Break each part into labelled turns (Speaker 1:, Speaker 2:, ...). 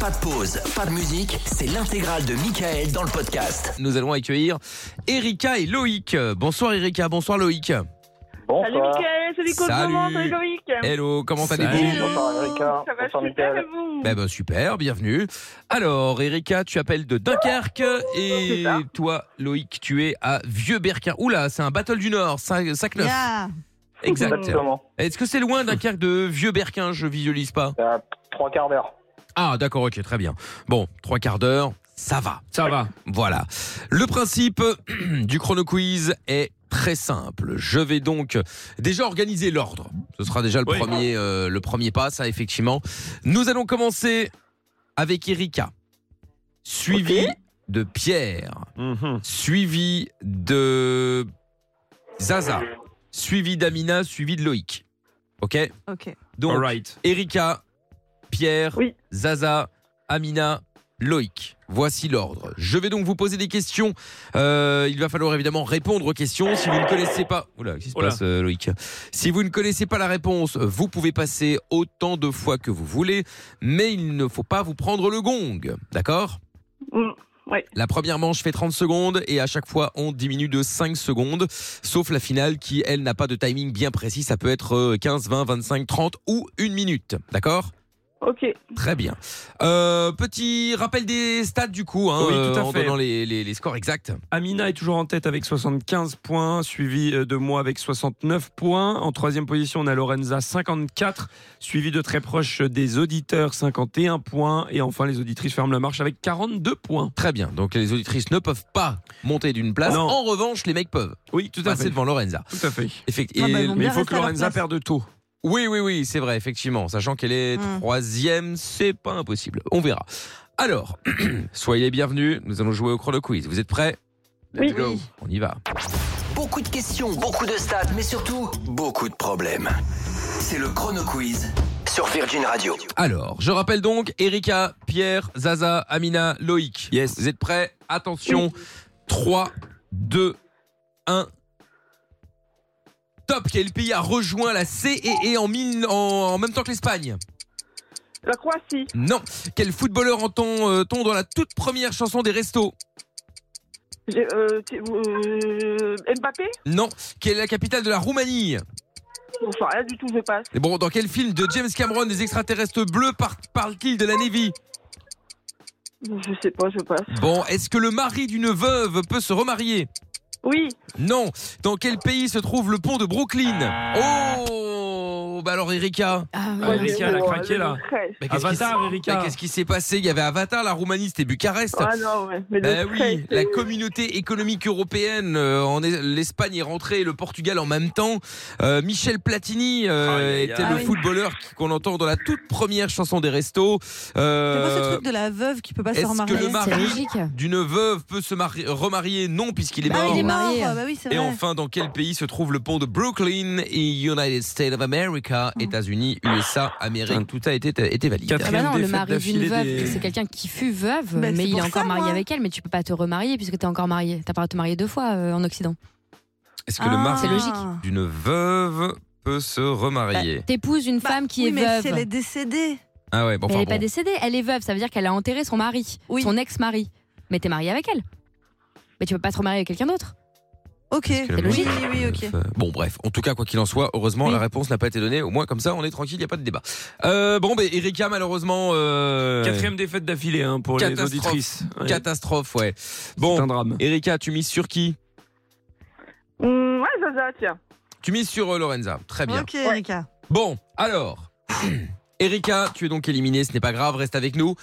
Speaker 1: Pas de pause, pas de musique, c'est l'intégrale de Michael dans le podcast.
Speaker 2: Nous allons accueillir Erika et Loïc. Bonsoir Erika, bonsoir Loïc.
Speaker 3: Salut
Speaker 4: Bonsoir.
Speaker 3: Mickaël, salut
Speaker 2: Salut.
Speaker 3: Cosmo, salut Loïc.
Speaker 2: Hello, comment
Speaker 3: Hello.
Speaker 2: allez-vous
Speaker 4: Salut. Bonsoir, Erika.
Speaker 3: Ça va super
Speaker 4: Bonsoir, Mickaël.
Speaker 3: et vous
Speaker 2: ben, ben, super, bienvenue. Alors Erika, tu appelles de Dunkerque et
Speaker 3: C'est ça.
Speaker 2: toi Loïc, tu es à Vieux-Berquin. Oula, c'est un battle du Nord, Sac- Sac-Neuf.
Speaker 5: Yeah.
Speaker 2: Exact.
Speaker 4: Exactement.
Speaker 2: Est-ce que c'est loin Dunkerque de Vieux-Berquin Je visualise pas.
Speaker 4: À trois quarts d'heure.
Speaker 2: Ah d'accord, ok, très bien. Bon, trois quarts d'heure, ça va.
Speaker 6: Ça va.
Speaker 2: Voilà. Le principe du chrono quiz est très simple. Je vais donc déjà organiser l'ordre. Ce sera déjà le,
Speaker 6: Oui.
Speaker 2: premier, euh, le premier pas, ça effectivement. Nous allons commencer avec Erika, suivi de Pierre,
Speaker 6: Mhm.
Speaker 2: suivi de Zaza, suivi d'Amina, suivi de Loïc. Ok
Speaker 5: Ok.
Speaker 2: Donc
Speaker 6: All right.
Speaker 2: Erika, Pierre,
Speaker 3: Oui.
Speaker 2: Zaza, Amina, Loïc. Voici l'ordre. Je vais donc vous poser des questions. Euh, il va falloir évidemment répondre aux questions. Si vous ne connaissez pas, Oula, qu'est-ce qui se
Speaker 6: Oula.
Speaker 2: passe, euh, Loïc Si vous ne connaissez pas la réponse, vous pouvez passer autant de fois que vous voulez, mais il ne faut pas vous prendre le gong. D'accord
Speaker 3: Mm.
Speaker 2: la première manche fait 30 secondes et à chaque fois on diminue de 5 secondes, sauf la finale qui, elle, n'a pas de timing bien précis. Ça peut être euh, 15, 20, 25, 30 ou une minute. D'accord
Speaker 3: Ok,
Speaker 2: Très bien. Euh, petit rappel des stats du coup, hein,
Speaker 6: Oui, tout à
Speaker 2: euh, en
Speaker 6: fait.
Speaker 2: donnant les, les- les scores exacts.
Speaker 6: Amina est toujours en tête avec 75 points, suivi euh, de moi avec 69 points. En troisième position, on a Lorenza 54, suivi de très proche euh, des auditeurs 51 points. Et enfin, les auditrices ferment la marche avec 42 points.
Speaker 2: Très bien. Donc les auditrices ne peuvent pas monter d'une place.
Speaker 6: Non.
Speaker 2: En revanche, les mecs peuvent.
Speaker 6: Oui, tout à
Speaker 2: Passer
Speaker 6: fait.
Speaker 2: devant Lorenza.
Speaker 6: Ah, Tout à fait.
Speaker 2: Effectivement.
Speaker 5: Ah bah, ils vont
Speaker 6: Mais il
Speaker 5: bien
Speaker 6: faut
Speaker 5: rester
Speaker 6: que
Speaker 5: à leur
Speaker 6: Lorenza
Speaker 5: place.
Speaker 6: perde de taux.
Speaker 2: Oui, oui, oui, c'est vrai, effectivement. Sachant qu'elle est
Speaker 5: Hmm.
Speaker 2: troisième, c'est pas impossible. On verra. Alors, soyez les bienvenus. Nous allons jouer au chrono quiz. Vous êtes prêts
Speaker 3: Oui.
Speaker 2: go. On y va.
Speaker 1: Beaucoup de questions, beaucoup de stats, mais surtout beaucoup de problèmes. C'est le chrono quiz sur Virgin Radio.
Speaker 2: Alors, je rappelle donc Erika, Pierre, Zaza, Amina, Loïc.
Speaker 6: Yes.
Speaker 2: Vous êtes prêts Attention. 3, 2, 1. Top, quel pays a rejoint la CEE en, mille- en, en même temps que l'Espagne
Speaker 3: la Croatie,
Speaker 2: Non. Quel footballeur entend-on dans la toute première chanson des restos
Speaker 3: j'ai, euh, t'es- euh, Mbappé
Speaker 2: Non. Quelle est la capitale de la Roumanie
Speaker 3: Enfin, rien du tout, je passe.
Speaker 2: Et Bon, dans quel film de James Cameron, des extraterrestres bleus par- parlent-ils de la Navy
Speaker 3: Je sais pas, je passe.
Speaker 2: Bon, est-ce que le mari d'une veuve peut se remarier
Speaker 3: Oui,
Speaker 2: Non. Dans quel pays se trouve le pont de Brooklyn Oh Bah alors Erika
Speaker 5: Ah, oui.
Speaker 6: Ah,
Speaker 3: moi,
Speaker 6: Erika,
Speaker 3: j'ai-
Speaker 6: elle a
Speaker 3: oh,
Speaker 6: craqué,
Speaker 3: le
Speaker 6: là.
Speaker 3: stress.
Speaker 2: Mais qu'est-ce qui s-
Speaker 6: Avatar,
Speaker 2: mais
Speaker 6: Erika.
Speaker 2: qu'est-ce qui s'est passé Il y avait Avatar, la Roumanie, c'était Bucarest.
Speaker 3: Ah non, ouais, mais le
Speaker 2: Bah oui,
Speaker 3: stress,
Speaker 2: la
Speaker 3: euh,
Speaker 2: communauté économique européenne, euh, en est- l'Espagne est rentrée et le Portugal en même temps. Euh, Michel Platini euh,
Speaker 6: Aïe, aïe, aïe.
Speaker 2: était
Speaker 5: Ah
Speaker 2: le
Speaker 5: oui.
Speaker 2: footballeur qui- qu'on entend dans la toute première chanson des restos. Euh,
Speaker 5: C'est pas ce truc de la veuve qui peut pas se
Speaker 2: est-ce
Speaker 5: remarier
Speaker 2: que le mari-
Speaker 7: C'est logique. Ah
Speaker 2: d'une veuve peut se mari- remarier Non, puisqu'il est
Speaker 5: Ah,
Speaker 2: mort.
Speaker 5: il est mort.
Speaker 7: Marié.
Speaker 5: Bah oui, c'est
Speaker 2: Et
Speaker 5: vrai.
Speaker 2: enfin, dans quel pays se trouve le pont de Brooklyn, United States of America, États-Unis, USA, Amérique Tout a été, été valide.
Speaker 7: Ah
Speaker 6: Catherine.
Speaker 7: bah
Speaker 6: Quatrième
Speaker 7: non, le
Speaker 6: défaite
Speaker 7: mari d'une
Speaker 6: d'affilée
Speaker 7: veuve,
Speaker 6: des-
Speaker 7: c'est quelqu'un qui fut veuve,
Speaker 5: Bah, c'est
Speaker 7: mais il
Speaker 5: pour
Speaker 7: est encore
Speaker 5: ça,
Speaker 7: marié
Speaker 5: moi.
Speaker 7: avec elle, mais tu peux pas te remarier puisque t'es encore marié. T'as pas à te marier deux fois euh, en Occident.
Speaker 2: Est-ce que le
Speaker 5: Ah.
Speaker 2: mari
Speaker 7: C'est logique.
Speaker 2: d'une veuve peut se remarier
Speaker 7: T'épouses une
Speaker 5: Bah,
Speaker 7: femme qui
Speaker 5: oui,
Speaker 7: est
Speaker 5: mais
Speaker 7: veuve.
Speaker 5: si elle est décédée.
Speaker 2: Ah ouais, bon,
Speaker 7: Mais elle
Speaker 2: enfin
Speaker 7: est
Speaker 2: bon.
Speaker 7: pas décédée, elle est veuve, ça veut dire qu'elle a enterré son mari,
Speaker 5: Oui.
Speaker 7: son ex-mari. Mais t'es marié avec elle. Mais tu peux pas te remarier avec quelqu'un d'autre.
Speaker 5: Ok.
Speaker 2: Est-ce que le
Speaker 7: c'est
Speaker 2: mari
Speaker 7: logique.
Speaker 2: d'une
Speaker 5: Oui, oui, ok.
Speaker 2: veuve- Bon bref, en tout cas quoi qu'il en soit, heureusement
Speaker 7: Oui.
Speaker 2: la réponse n'a pas été donnée, au moins comme ça on est tranquille, il n'y a pas de débat. Euh, bon ben Erika malheureusement... euh,
Speaker 6: Quatrième défaite d'affilée hein, pour les
Speaker 2: Catastrophe.
Speaker 6: auditrices. Ouais.
Speaker 2: Catastrophe, ouais.
Speaker 6: C'est un
Speaker 2: Bon,
Speaker 6: drame.
Speaker 2: Erika, tu mises sur qui
Speaker 3: hum, ouais, Zaza, tiens.
Speaker 2: Tu mises sur euh, Lorenza, très bien.
Speaker 5: Ok, Erika.
Speaker 2: Bon, alors, Erika, tu es donc éliminée, ce n'est pas grave, reste avec nous.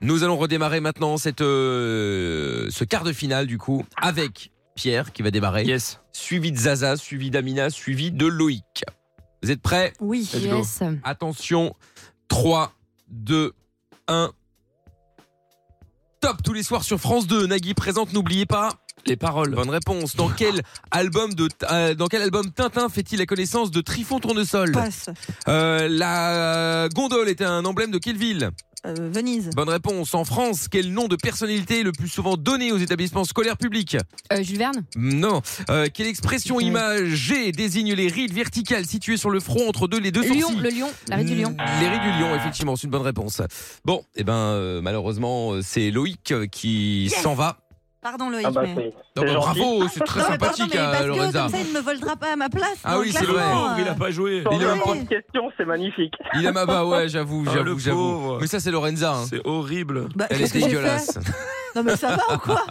Speaker 2: Nous allons redémarrer maintenant cette, euh, ce quart de finale, du coup, avec Pierre qui va démarrer,
Speaker 6: Yes.
Speaker 2: suivi de Zaza, suivi d'Amina, suivi de Loïc. Vous êtes prêts
Speaker 5: Oui.
Speaker 6: Let's go.
Speaker 7: Yes.
Speaker 2: Attention, 3, 2, 1. Top tous les soirs sur France 2, Nagui présente, n'oubliez pas.
Speaker 6: Les paroles.
Speaker 2: Bonne réponse. Dans quel album de euh, dans quel album Tintin fait-il la connaissance de Trifon Tournesol
Speaker 5: Passe.
Speaker 2: euh, la gondole était un emblème de quelle ville
Speaker 5: euh, Venise.
Speaker 2: Bonne réponse. En France, quel nom de personnalité est le plus souvent donné aux établissements scolaires publics
Speaker 7: Euh, Jules Verne
Speaker 2: Non. Euh, quelle expression imagée désigne les rides verticales situées sur le front entre deux les deux
Speaker 7: Lion,
Speaker 2: sourcils Euh,
Speaker 7: le lion, l'arrêt du
Speaker 6: Mmh.
Speaker 7: lion.
Speaker 2: Les rides du lion, effectivement, c'est une bonne réponse. Bon, eh ben euh, malheureusement, euh, c'est Loïc euh, qui
Speaker 5: Yes
Speaker 2: s'en va.
Speaker 5: Pardon Loïc,
Speaker 4: Ah bah,
Speaker 5: mais...
Speaker 4: c'est
Speaker 2: Non,
Speaker 4: c'est
Speaker 2: bah,
Speaker 4: gentil.
Speaker 2: bravo, c'est très
Speaker 5: Non, mais pardon,
Speaker 2: sympathique,
Speaker 5: mais
Speaker 2: euh,
Speaker 5: parce que
Speaker 2: Lorenza.
Speaker 5: comme ça, il ne me volera pas à ma place.
Speaker 2: Ah
Speaker 5: dans
Speaker 2: oui,
Speaker 5: le
Speaker 2: c'est vrai.
Speaker 5: clairement,
Speaker 6: Pauvre,
Speaker 5: euh,
Speaker 6: il a pas joué.
Speaker 4: Sans
Speaker 2: Il a-
Speaker 4: même pas de question, c'est magnifique.
Speaker 2: Il a ma bah ouais, j'avoue,
Speaker 6: Ah, le
Speaker 2: j'avoue, j'avoue.
Speaker 6: pauvre.
Speaker 2: Mais ça, c'est Lorenza. hein.
Speaker 6: C'est horrible.
Speaker 5: bah,
Speaker 2: Elle est
Speaker 5: qu'est-ce que j'ai
Speaker 2: dégueulasse.
Speaker 5: fait Non mais ça va ou quoi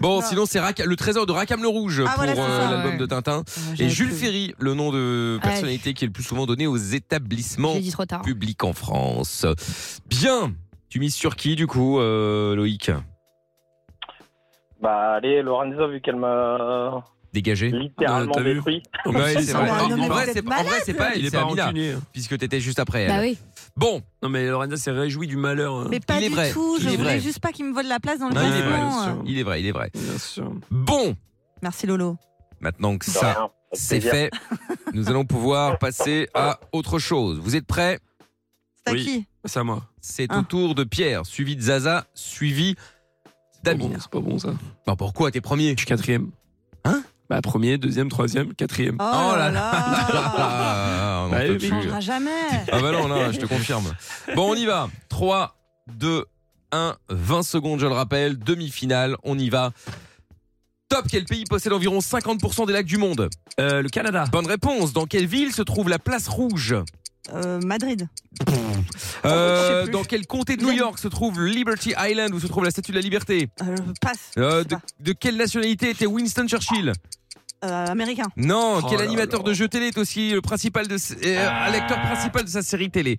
Speaker 2: Bon,
Speaker 5: Non.
Speaker 2: sinon, c'est Rac- le trésor de Rackham le Rouge
Speaker 5: Ah,
Speaker 2: pour
Speaker 5: voilà, c'est
Speaker 2: euh,
Speaker 5: ça,
Speaker 2: l'album
Speaker 7: ouais.
Speaker 2: de Tintin. Et Jules Ferry, le nom de
Speaker 5: Ah,
Speaker 7: Ouais.
Speaker 2: personnalité qui est le plus souvent donné aux établissements
Speaker 7: J'ai dit trop tard.
Speaker 2: publics en France. Bien Tu mises sur qui, du coup, euh, Loïc
Speaker 4: Bah allez, Lorenzo, vu qu'elle m'a
Speaker 2: Dégagé
Speaker 4: littéralement
Speaker 6: t'as vu
Speaker 4: détruit.
Speaker 2: Ouais, c'est
Speaker 5: ça,
Speaker 2: vrai.
Speaker 5: Ah, non, mais
Speaker 2: En
Speaker 5: vous
Speaker 2: vrai,
Speaker 5: êtes
Speaker 2: c'est en vrai, c'est pas
Speaker 6: Il
Speaker 2: elle,
Speaker 6: est
Speaker 2: c'est
Speaker 6: pas
Speaker 2: Amina,
Speaker 6: rancunier.
Speaker 2: puisque t'étais juste après elle.
Speaker 7: Bah oui.
Speaker 2: Bon,
Speaker 6: Non mais Lorenza s'est réjouie du malheur. hein.
Speaker 5: Mais pas
Speaker 2: Il est
Speaker 5: du
Speaker 2: vrai,
Speaker 5: tout,
Speaker 2: il
Speaker 5: je
Speaker 2: est
Speaker 5: voulais
Speaker 2: vrai.
Speaker 5: juste pas qu'il me vole la place dans le
Speaker 2: Non, il est vrai,
Speaker 5: classement. euh.
Speaker 6: bien sûr.
Speaker 2: il est vrai, il est vrai.
Speaker 6: Bien sûr.
Speaker 2: Bon,
Speaker 5: Merci Lolo.
Speaker 2: maintenant que
Speaker 4: De
Speaker 2: ça,
Speaker 4: rien, avec
Speaker 2: c'est
Speaker 4: plaisir.
Speaker 2: fait, nous allons pouvoir passer à autre chose. Vous êtes prêts
Speaker 5: C'est à
Speaker 6: Oui.
Speaker 5: qui
Speaker 6: C'est à moi.
Speaker 2: C'est
Speaker 5: Ah.
Speaker 2: au tour de Pierre, suivi de Zaza, suivi
Speaker 6: Bon,
Speaker 2: d'Amina.
Speaker 6: c'est pas bon ça.
Speaker 2: Bah, pourquoi T'es premier
Speaker 6: Je suis quatrième.
Speaker 2: Hein
Speaker 6: Bah premier, deuxième, troisième, quatrième.
Speaker 5: Oh,
Speaker 2: Oh là
Speaker 5: là là
Speaker 2: Ah, on en
Speaker 6: Bah
Speaker 2: peut
Speaker 6: oui,
Speaker 5: On
Speaker 2: plus.
Speaker 5: changera jamais.
Speaker 2: Ah bah non, non, je te confirme. Bon, on y va. 3, 2, 1, 20 secondes, je le rappelle. Demi-finale, on y va. Top, quel pays possède environ 50% des lacs du monde
Speaker 6: Euh, le Canada.
Speaker 2: Bonne réponse, dans quelle ville se trouve la place rouge
Speaker 5: Euh, Madrid.
Speaker 2: Euh,
Speaker 5: Je sais plus.
Speaker 2: Dans quel comté de New York se trouve Liberty Island où se trouve la statue de la liberté
Speaker 5: Euh, passe.
Speaker 2: Euh,
Speaker 5: Je sais
Speaker 2: de,
Speaker 5: pas.
Speaker 2: de quelle nationalité était Winston Churchill
Speaker 5: Euh, américain.
Speaker 2: Non,
Speaker 6: Oh
Speaker 2: quel
Speaker 6: là
Speaker 2: animateur
Speaker 6: là.
Speaker 2: de jeu télé est aussi le principal de, euh, l'acteur principal de sa série télé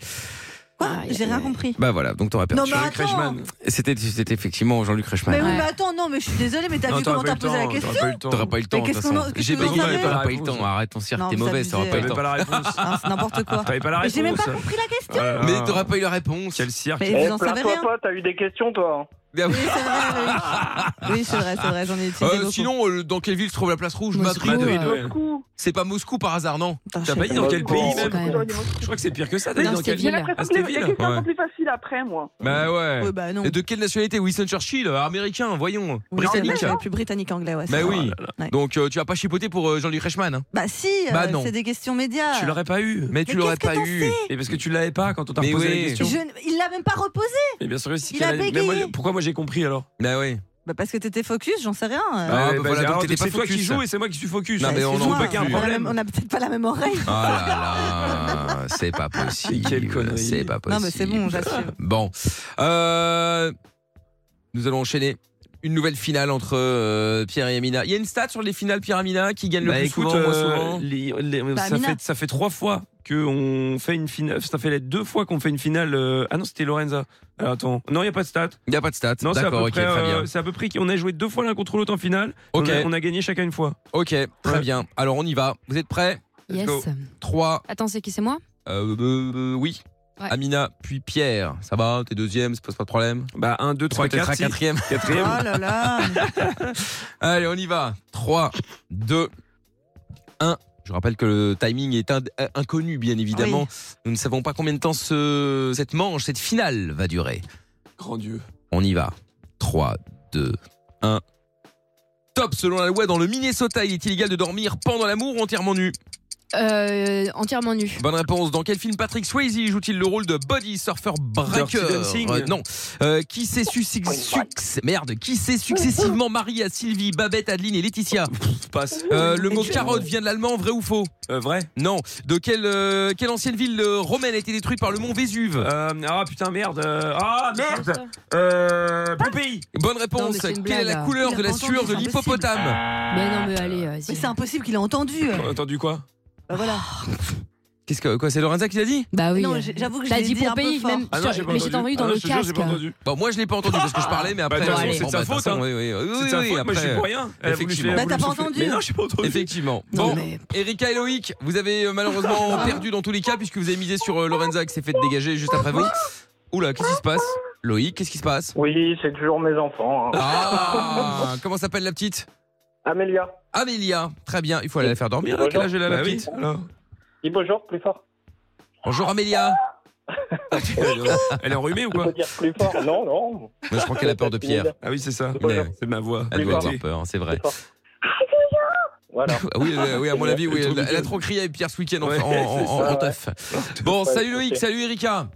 Speaker 5: Quoi
Speaker 7: Aïe,
Speaker 5: J'ai
Speaker 7: aïe,
Speaker 5: rien
Speaker 7: aïe.
Speaker 5: compris.
Speaker 2: Bah voilà, donc t'auras perdu.
Speaker 5: Non mais
Speaker 6: Jean-Luc
Speaker 5: attends.
Speaker 6: Reichmann.
Speaker 2: C'était c'était effectivement Jean-Luc Reichmann.
Speaker 5: Mais oui,
Speaker 7: Ouais.
Speaker 5: mais attends, non, mais je suis désolée, mais t'as
Speaker 6: Non,
Speaker 5: vu
Speaker 6: t'aurais
Speaker 5: comment
Speaker 6: pas
Speaker 5: t'as
Speaker 6: eu le
Speaker 5: posé la question
Speaker 6: temps, t'aurais pas eu le temps.
Speaker 2: T'auras pas eu le temps.
Speaker 5: Mais
Speaker 2: de toute
Speaker 5: qu'est-ce qu'on
Speaker 2: façon.
Speaker 5: en- qu'est-ce
Speaker 2: J'ai
Speaker 5: qu'on
Speaker 2: pas
Speaker 5: en
Speaker 2: dit,
Speaker 5: savait
Speaker 2: t'auras pas eu le temps. Arrête, on
Speaker 5: Non,
Speaker 2: cirque, t'es
Speaker 5: vous
Speaker 2: mauvaise, t'auras
Speaker 5: abusez.
Speaker 2: pas eu le
Speaker 6: T'avais
Speaker 2: temps.
Speaker 6: pas la réponse.
Speaker 5: Ah, C'est n'importe quoi.
Speaker 6: T'avais pas la
Speaker 5: Mais
Speaker 6: réponse.
Speaker 5: j'ai même pas compris la question.
Speaker 6: Ah,
Speaker 2: Mais t'auras pas eu la réponse.
Speaker 6: Quel cirque.
Speaker 5: Mais
Speaker 4: Eh,
Speaker 5: vous en savez
Speaker 4: plains-toi
Speaker 5: rien.
Speaker 4: pas, t'as eu des questions
Speaker 3: hein.
Speaker 4: toi.
Speaker 2: Ah oui.
Speaker 5: Oui, c'est vrai, Loïc. Oui, c'est vrai, c'est vrai, j'en ai utilisé
Speaker 2: Euh,
Speaker 5: beaucoup.
Speaker 2: sinon, euh, dans quelle ville se trouve la place rouge
Speaker 7: Moscou.
Speaker 2: Madrid.
Speaker 6: Madrid,
Speaker 7: euh,
Speaker 6: Ah ouais.
Speaker 3: Coup.
Speaker 2: C'est pas Moscou par hasard, non
Speaker 5: Putain, je
Speaker 6: T'as
Speaker 5: sais
Speaker 6: pas
Speaker 5: pas.
Speaker 6: dit dans quel
Speaker 4: Moscou,
Speaker 6: pays
Speaker 4: Moscou,
Speaker 6: même
Speaker 7: quand même.
Speaker 4: Moscou, Moscou.
Speaker 6: Je crois que c'est pire que ça. T'as dit
Speaker 7: Non,
Speaker 6: dans
Speaker 7: c'était
Speaker 6: quel
Speaker 3: J'ai
Speaker 7: ville.
Speaker 6: Ah,
Speaker 3: l'impression
Speaker 6: c'était
Speaker 3: qu'il y a
Speaker 6: ville.
Speaker 3: quelqu'un
Speaker 2: Ouais.
Speaker 3: de plus facile après, moi.
Speaker 2: Bah ouais.
Speaker 5: Ouais, bah non.
Speaker 2: Et de quelle nationalité Winston Churchill euh, Américain, voyons.
Speaker 5: Oui,
Speaker 2: Britannique.
Speaker 5: c'est vrai, j'avais plus britannique anglais, ouais.
Speaker 2: Bah
Speaker 5: c'est vrai.
Speaker 2: oui.
Speaker 5: Ouais.
Speaker 2: Donc euh, tu vas pas chipoter pour euh, Jean-Luc Reichmann. hein.
Speaker 5: Bah si, euh,
Speaker 2: Bah non.
Speaker 5: c'est des questions médias.
Speaker 6: Tu l'aurais pas eu.
Speaker 2: Mais tu
Speaker 5: Mais
Speaker 2: l'aurais
Speaker 5: qu'est-ce
Speaker 2: pas
Speaker 5: que t'en
Speaker 2: eu.
Speaker 5: sais
Speaker 6: Mais parce que tu l'avais pas quand on t'a
Speaker 2: Mais
Speaker 6: reposé
Speaker 2: oui.
Speaker 6: la question.
Speaker 5: Je- Il l'a même pas reposé.
Speaker 6: Mais bien sûr que si.
Speaker 5: Il
Speaker 6: qu'elle
Speaker 5: a
Speaker 6: allait-
Speaker 5: bégayé.
Speaker 6: Mais moi, Pourquoi moi j'ai compris alors
Speaker 2: Bah oui.
Speaker 5: Bah parce que t'étais focus, j'en sais rien.
Speaker 2: Ah, bah
Speaker 6: Ouais,
Speaker 2: voilà, donc
Speaker 6: alors,
Speaker 2: t'étais pas
Speaker 6: C'est toi qui
Speaker 2: focus.
Speaker 6: joues et c'est moi qui suis focus.
Speaker 2: Non, mais on en
Speaker 5: excuse-moi,
Speaker 2: peut
Speaker 5: on a
Speaker 2: qu'un
Speaker 5: pas la
Speaker 6: problème.
Speaker 5: même- On a peut-être pas la même oreille.
Speaker 2: Ah là là, c'est pas possible.
Speaker 6: Quelle connerie.
Speaker 2: C'est pas possible.
Speaker 5: Non mais c'est bon, j'assume.
Speaker 2: Bon. Euh, nous allons enchaîner une nouvelle finale entre euh, Pierre et Amina. Il y a une stat sur les finales Pierre Amina qui gagne le
Speaker 6: Bah,
Speaker 2: plus
Speaker 6: écoute,
Speaker 2: souvent, moins
Speaker 6: euh,
Speaker 2: souvent.
Speaker 6: les- les- ça,
Speaker 5: Amina.
Speaker 6: fait, ça fait trois fois qu'on fait une finale. Ça fait les deux fois qu'on fait une finale. euh, Ah non, c'était Lorenza. Alors, attends. Non, il n'y a pas de stats.
Speaker 2: Il n'y a pas de stats.
Speaker 6: Non, c'est à, peu
Speaker 2: D'accord, ok,
Speaker 6: près,
Speaker 2: très
Speaker 6: euh,
Speaker 2: bien.
Speaker 6: c'est à peu près qu'on a joué deux fois l'un contre l'autre en finale.
Speaker 2: Ok,
Speaker 6: On, a, on a gagné chacun une fois.
Speaker 2: ok, très
Speaker 6: Ouais.
Speaker 2: bien. Alors on y va. Vous êtes prêts
Speaker 6: Let's
Speaker 7: Yes.
Speaker 6: go.
Speaker 2: 3,
Speaker 7: Attends, c'est qui C'est moi
Speaker 2: euh, euh, euh, oui.
Speaker 7: Ouais.
Speaker 2: Amina, puis Pierre. Ça va T'es deuxième, ça pose pas de problème
Speaker 6: Bah, 1, 2, 3,
Speaker 2: Parce que t'es
Speaker 6: 4,
Speaker 2: très quatrième.
Speaker 5: Oh
Speaker 6: quatrième.
Speaker 5: là là.
Speaker 2: Allez, on y va. 3, 2, 1. Je rappelle que le timing est ind- euh, inconnu, bien évidemment.
Speaker 6: Ah
Speaker 2: Nous ne savons pas combien de temps ce- cette manche, cette finale va durer.
Speaker 6: Grand Dieu.
Speaker 2: On y va. 3, 2, 1. Top, selon la loi, dans le Minnesota, il est illégal de dormir pendant l'amour ou entièrement nu.
Speaker 7: Euh, Entièrement nu.
Speaker 2: Bonne réponse. Dans quel film Patrick Swayze joue-t-il le rôle de body surfer
Speaker 6: Dirty
Speaker 2: breaker
Speaker 6: Dancing.
Speaker 2: Euh, Non. Euh, qui s'est succ- succ- merde, qui s'est successivement marié à Sylvie, Babette, Adeline et Laetitia
Speaker 6: Passe.
Speaker 2: Euh, le mot
Speaker 5: Dieu.
Speaker 2: carotte vient de l'allemand, vrai ou faux
Speaker 6: Euh, vrai
Speaker 2: Non. De quelle, euh, quelle ancienne ville euh, romaine a été détruite par le mont Vésuve
Speaker 6: Euh, Ah putain, merde. euh, Ah merde. Euh, Bon pays.
Speaker 2: Bonne
Speaker 7: Non,
Speaker 2: réponse.
Speaker 7: mais c'est une
Speaker 2: quelle est la
Speaker 7: blague.
Speaker 2: couleur
Speaker 5: hein. Il a
Speaker 2: de la
Speaker 5: pas entendu,
Speaker 2: sueur de
Speaker 5: c'est impossible.
Speaker 2: l'hippopotame
Speaker 7: Mais non, mais allez, euh, vas-y.
Speaker 5: Mais c'est impossible qu'il ait entendu.
Speaker 6: Oh,
Speaker 5: Euh,
Speaker 6: T'as Entendu quoi
Speaker 5: Bah voilà.
Speaker 2: Qu'est-ce que quoi C'est Lorenza qui l'a dit
Speaker 7: Bah oui.
Speaker 5: Non,
Speaker 7: euh,
Speaker 5: j'ai- j'avoue que je
Speaker 7: T'as
Speaker 5: l'ai
Speaker 7: dit
Speaker 5: dit
Speaker 7: pour
Speaker 5: un peu
Speaker 7: pays,
Speaker 5: fort.
Speaker 7: même.
Speaker 6: Ah non,
Speaker 7: sur-
Speaker 6: j'ai pas
Speaker 7: mais
Speaker 6: entendu.
Speaker 7: j'ai entendu
Speaker 6: Ah
Speaker 7: dans
Speaker 6: non,
Speaker 7: le
Speaker 6: je te jure, j'ai
Speaker 7: casque.
Speaker 6: pas entendu.
Speaker 2: Bon, moi je l'ai pas entendu parce que je parlais, mais
Speaker 6: Bah,
Speaker 2: après.
Speaker 6: t'as
Speaker 2: bon,
Speaker 7: raison, c'est
Speaker 2: bon,
Speaker 6: de sa
Speaker 2: bah, de toute
Speaker 6: faute,
Speaker 2: façon,
Speaker 6: hein.
Speaker 2: oui, oui, oui,
Speaker 6: C'est
Speaker 2: oui,
Speaker 6: de sa
Speaker 2: oui,
Speaker 6: faute, moi je suis
Speaker 2: après,
Speaker 6: pour rien. Elle a voulu
Speaker 2: effectivement.
Speaker 6: se- elle a
Speaker 5: Bah, t'as
Speaker 6: voulu
Speaker 5: pas
Speaker 6: souffler.
Speaker 5: entendu.
Speaker 6: Mais non, j'ai pas entendu.
Speaker 2: Effectivement.
Speaker 7: Non,
Speaker 2: Bon,
Speaker 7: mais-
Speaker 2: Erika et Loïc, vous avez euh, malheureusement perdu dans tous les cas puisque vous avez misé sur euh, Lorenza qui s'est fait dégager juste après vous. Oula, qu'est-ce qui se passe Loïc, qu'est-ce qui se passe
Speaker 4: Oui, c'est toujours mes enfants. hein.
Speaker 2: Ah Comment s'appelle la petite
Speaker 4: Amélia,
Speaker 2: Amélia, très bien, il faut aller la faire dormir.
Speaker 4: Bonjour.
Speaker 2: à quel âge elle a, la
Speaker 6: Bah oui,
Speaker 2: petite
Speaker 6: alors.
Speaker 4: dis bonjour plus fort.
Speaker 2: Bonjour Amélia.
Speaker 6: Elle est enrhumée ou
Speaker 4: Tu
Speaker 6: quoi
Speaker 4: peux dire plus fort Non, non.
Speaker 2: Moi, je crois qu'elle a peur de Pierre.
Speaker 6: Ah oui, c'est ça.
Speaker 2: Mais-
Speaker 6: C'est ma voix.
Speaker 2: Elle doit
Speaker 4: Plus
Speaker 2: avoir peur, hein, c'est vrai.
Speaker 4: Plus fort. Voilà.
Speaker 2: Ah Oui, euh, oui, à mon avis, oui.
Speaker 6: Le truc
Speaker 2: Elle, elle a
Speaker 6: week-end.
Speaker 2: trop crié avec Pierre ce week-end en,
Speaker 6: Ouais,
Speaker 2: en, en-
Speaker 6: c'est
Speaker 2: en-
Speaker 4: ça,
Speaker 2: en
Speaker 4: ouais.
Speaker 2: teuf. Bon,
Speaker 4: Ouais,
Speaker 2: salut Loïc,
Speaker 4: ok.
Speaker 2: salut Erika.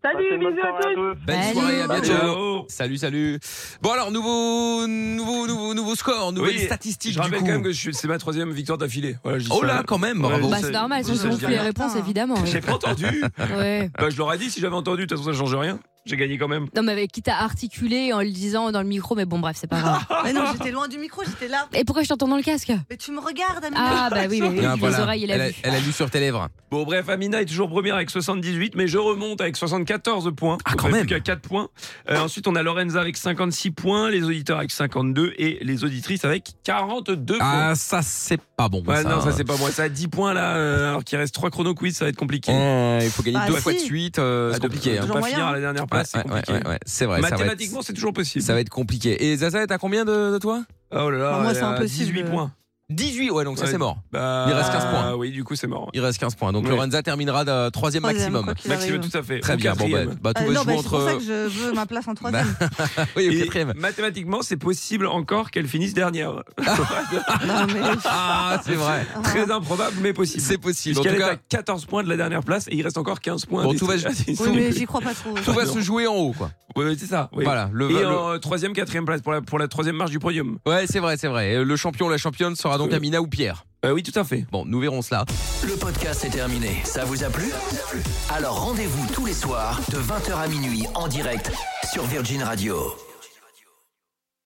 Speaker 4: Passez
Speaker 3: Salut,
Speaker 4: une bonne
Speaker 3: bisous à
Speaker 4: soirée à
Speaker 3: tous.
Speaker 4: tous.
Speaker 2: Belle
Speaker 7: Salut.
Speaker 2: soirée, à bientôt.
Speaker 6: Ciao.
Speaker 2: Salut, salut. Bon, alors, nouveau, nouveau, nouveau, nouveau score, nouvelle
Speaker 6: Oui,
Speaker 2: statistique
Speaker 6: Je
Speaker 2: du
Speaker 6: rappelle
Speaker 2: coup.
Speaker 6: quand même que je suis- c'est ma troisième victoire d'affilée. Voilà, je dis
Speaker 2: Oh
Speaker 6: ça.
Speaker 2: là, quand même,
Speaker 6: Ouais,
Speaker 2: bravo.
Speaker 6: je
Speaker 7: Bah,
Speaker 6: sais,
Speaker 7: c'est normal,
Speaker 6: je
Speaker 7: si on
Speaker 6: sais, je
Speaker 7: se
Speaker 6: dis
Speaker 7: les
Speaker 6: rien.
Speaker 7: réponses,
Speaker 5: Putain.
Speaker 7: évidemment. ouais.
Speaker 6: J'ai pas entendu.
Speaker 7: Ouais.
Speaker 6: Bah, je l'aurais dit si j'avais entendu. De toute façon, ça change rien. J'ai gagné quand même.
Speaker 7: Non, mais avec- quitte à articuler en le disant dans le micro, mais bon, bref, c'est pas grave.
Speaker 5: Mais non, j'étais loin du micro, j'étais là.
Speaker 7: Et pourquoi je t'entends dans le casque
Speaker 5: Mais tu me regardes, Amina.
Speaker 7: Ah, bah oui, mais oui,
Speaker 2: Ah,
Speaker 7: les
Speaker 2: voilà.
Speaker 7: oreilles, il a
Speaker 2: elle, a,
Speaker 7: vu.
Speaker 2: elle a lu sur tes lèvres.
Speaker 6: Bon, bref, Amina est toujours première avec 78, mais je remonte avec 74 points.
Speaker 2: Ah,
Speaker 6: Donc,
Speaker 2: quand
Speaker 6: on est
Speaker 2: même.
Speaker 6: plus qu'à 4 points. Euh, ensuite, on a Lorenza avec 56 points, les auditeurs avec 52 et les auditrices avec 42 points.
Speaker 2: Ah, ça, c'est pas bon.
Speaker 6: Ouais,
Speaker 2: ça.
Speaker 6: non, ça c'est pas moi. Ça a 10 points là, euh, alors qu'il reste 3 chrono quiz, ça va être compliqué.
Speaker 2: Euh, il faut gagner
Speaker 5: Ah,
Speaker 2: deux
Speaker 5: si.
Speaker 2: fois de suite, euh,
Speaker 6: Ah,
Speaker 2: c'est
Speaker 6: de-
Speaker 2: compliqué.
Speaker 6: de
Speaker 2: hein.
Speaker 6: pas
Speaker 5: Toujours
Speaker 6: finir
Speaker 5: moyen.
Speaker 6: à la dernière
Speaker 2: Ouais,
Speaker 6: place, c'est
Speaker 2: ouais,
Speaker 6: compliqué.
Speaker 2: ouais, ouais, c'est vrai. ça va être-
Speaker 6: Mathématiquement, c'est toujours possible.
Speaker 2: ça va être compliqué. Et Zaza, t'as combien de, de toi
Speaker 6: Oh là là,
Speaker 5: Ah, moi,
Speaker 6: elle
Speaker 5: c'est
Speaker 6: a
Speaker 5: impossible.
Speaker 6: 18 points.
Speaker 2: 18, ouais, donc ça
Speaker 6: Ouais.
Speaker 2: c'est mort.
Speaker 6: Bah,
Speaker 2: Il reste 15 points.
Speaker 6: ah Oui, du coup, c'est mort.
Speaker 2: Il reste 15 points. Donc
Speaker 6: Ouais.
Speaker 2: Lorenza terminera de troisième
Speaker 5: Troisième,
Speaker 2: maximum.
Speaker 5: quoi qu'il
Speaker 6: Maxime,
Speaker 5: arrive.
Speaker 6: tout à fait.
Speaker 2: Très
Speaker 6: Ou
Speaker 2: bien. Bon, bah,
Speaker 6: quatrième.
Speaker 2: bah, tout
Speaker 5: Euh,
Speaker 2: va
Speaker 5: non,
Speaker 2: se
Speaker 5: bah,
Speaker 2: jouer
Speaker 5: c'est pour ça que
Speaker 2: entre.
Speaker 5: je veux ma place en troisième.
Speaker 2: Oui, au
Speaker 6: Et
Speaker 2: quatrième.
Speaker 6: mathématiquement, c'est possible encore qu'elle finisse dernière.
Speaker 2: euh,
Speaker 5: Non, mais.
Speaker 2: Ah, c'est vrai.
Speaker 6: Très improbable, mais possible.
Speaker 2: C'est possible. En tout
Speaker 6: Puisqu'elle est à
Speaker 2: cas,
Speaker 6: 14 points de la dernière place et il reste encore 15 points.
Speaker 2: Bon,
Speaker 6: à
Speaker 2: tout va-
Speaker 6: distribuer.
Speaker 5: Oui, mais j'y crois pas trop.
Speaker 2: tout va
Speaker 6: Ah, non.
Speaker 2: se jouer en haut, quoi.
Speaker 6: Ouais, c'est ça. oui.
Speaker 2: Voilà. Le,
Speaker 6: Et
Speaker 2: le-
Speaker 6: en euh, troisième, quatrième place pour la, pour la troisième marche du podium.
Speaker 2: Ouais, c'est vrai, c'est vrai. Et Le champion, la championne sera donc
Speaker 6: Euh.
Speaker 2: Amina ou Pierre.
Speaker 6: Euh, oui, tout à fait.
Speaker 2: Bon, nous verrons cela.
Speaker 1: Le podcast est terminé. Ça vous a plu Alors rendez-vous tous les soirs de 20h à minuit en direct sur Virgin Radio.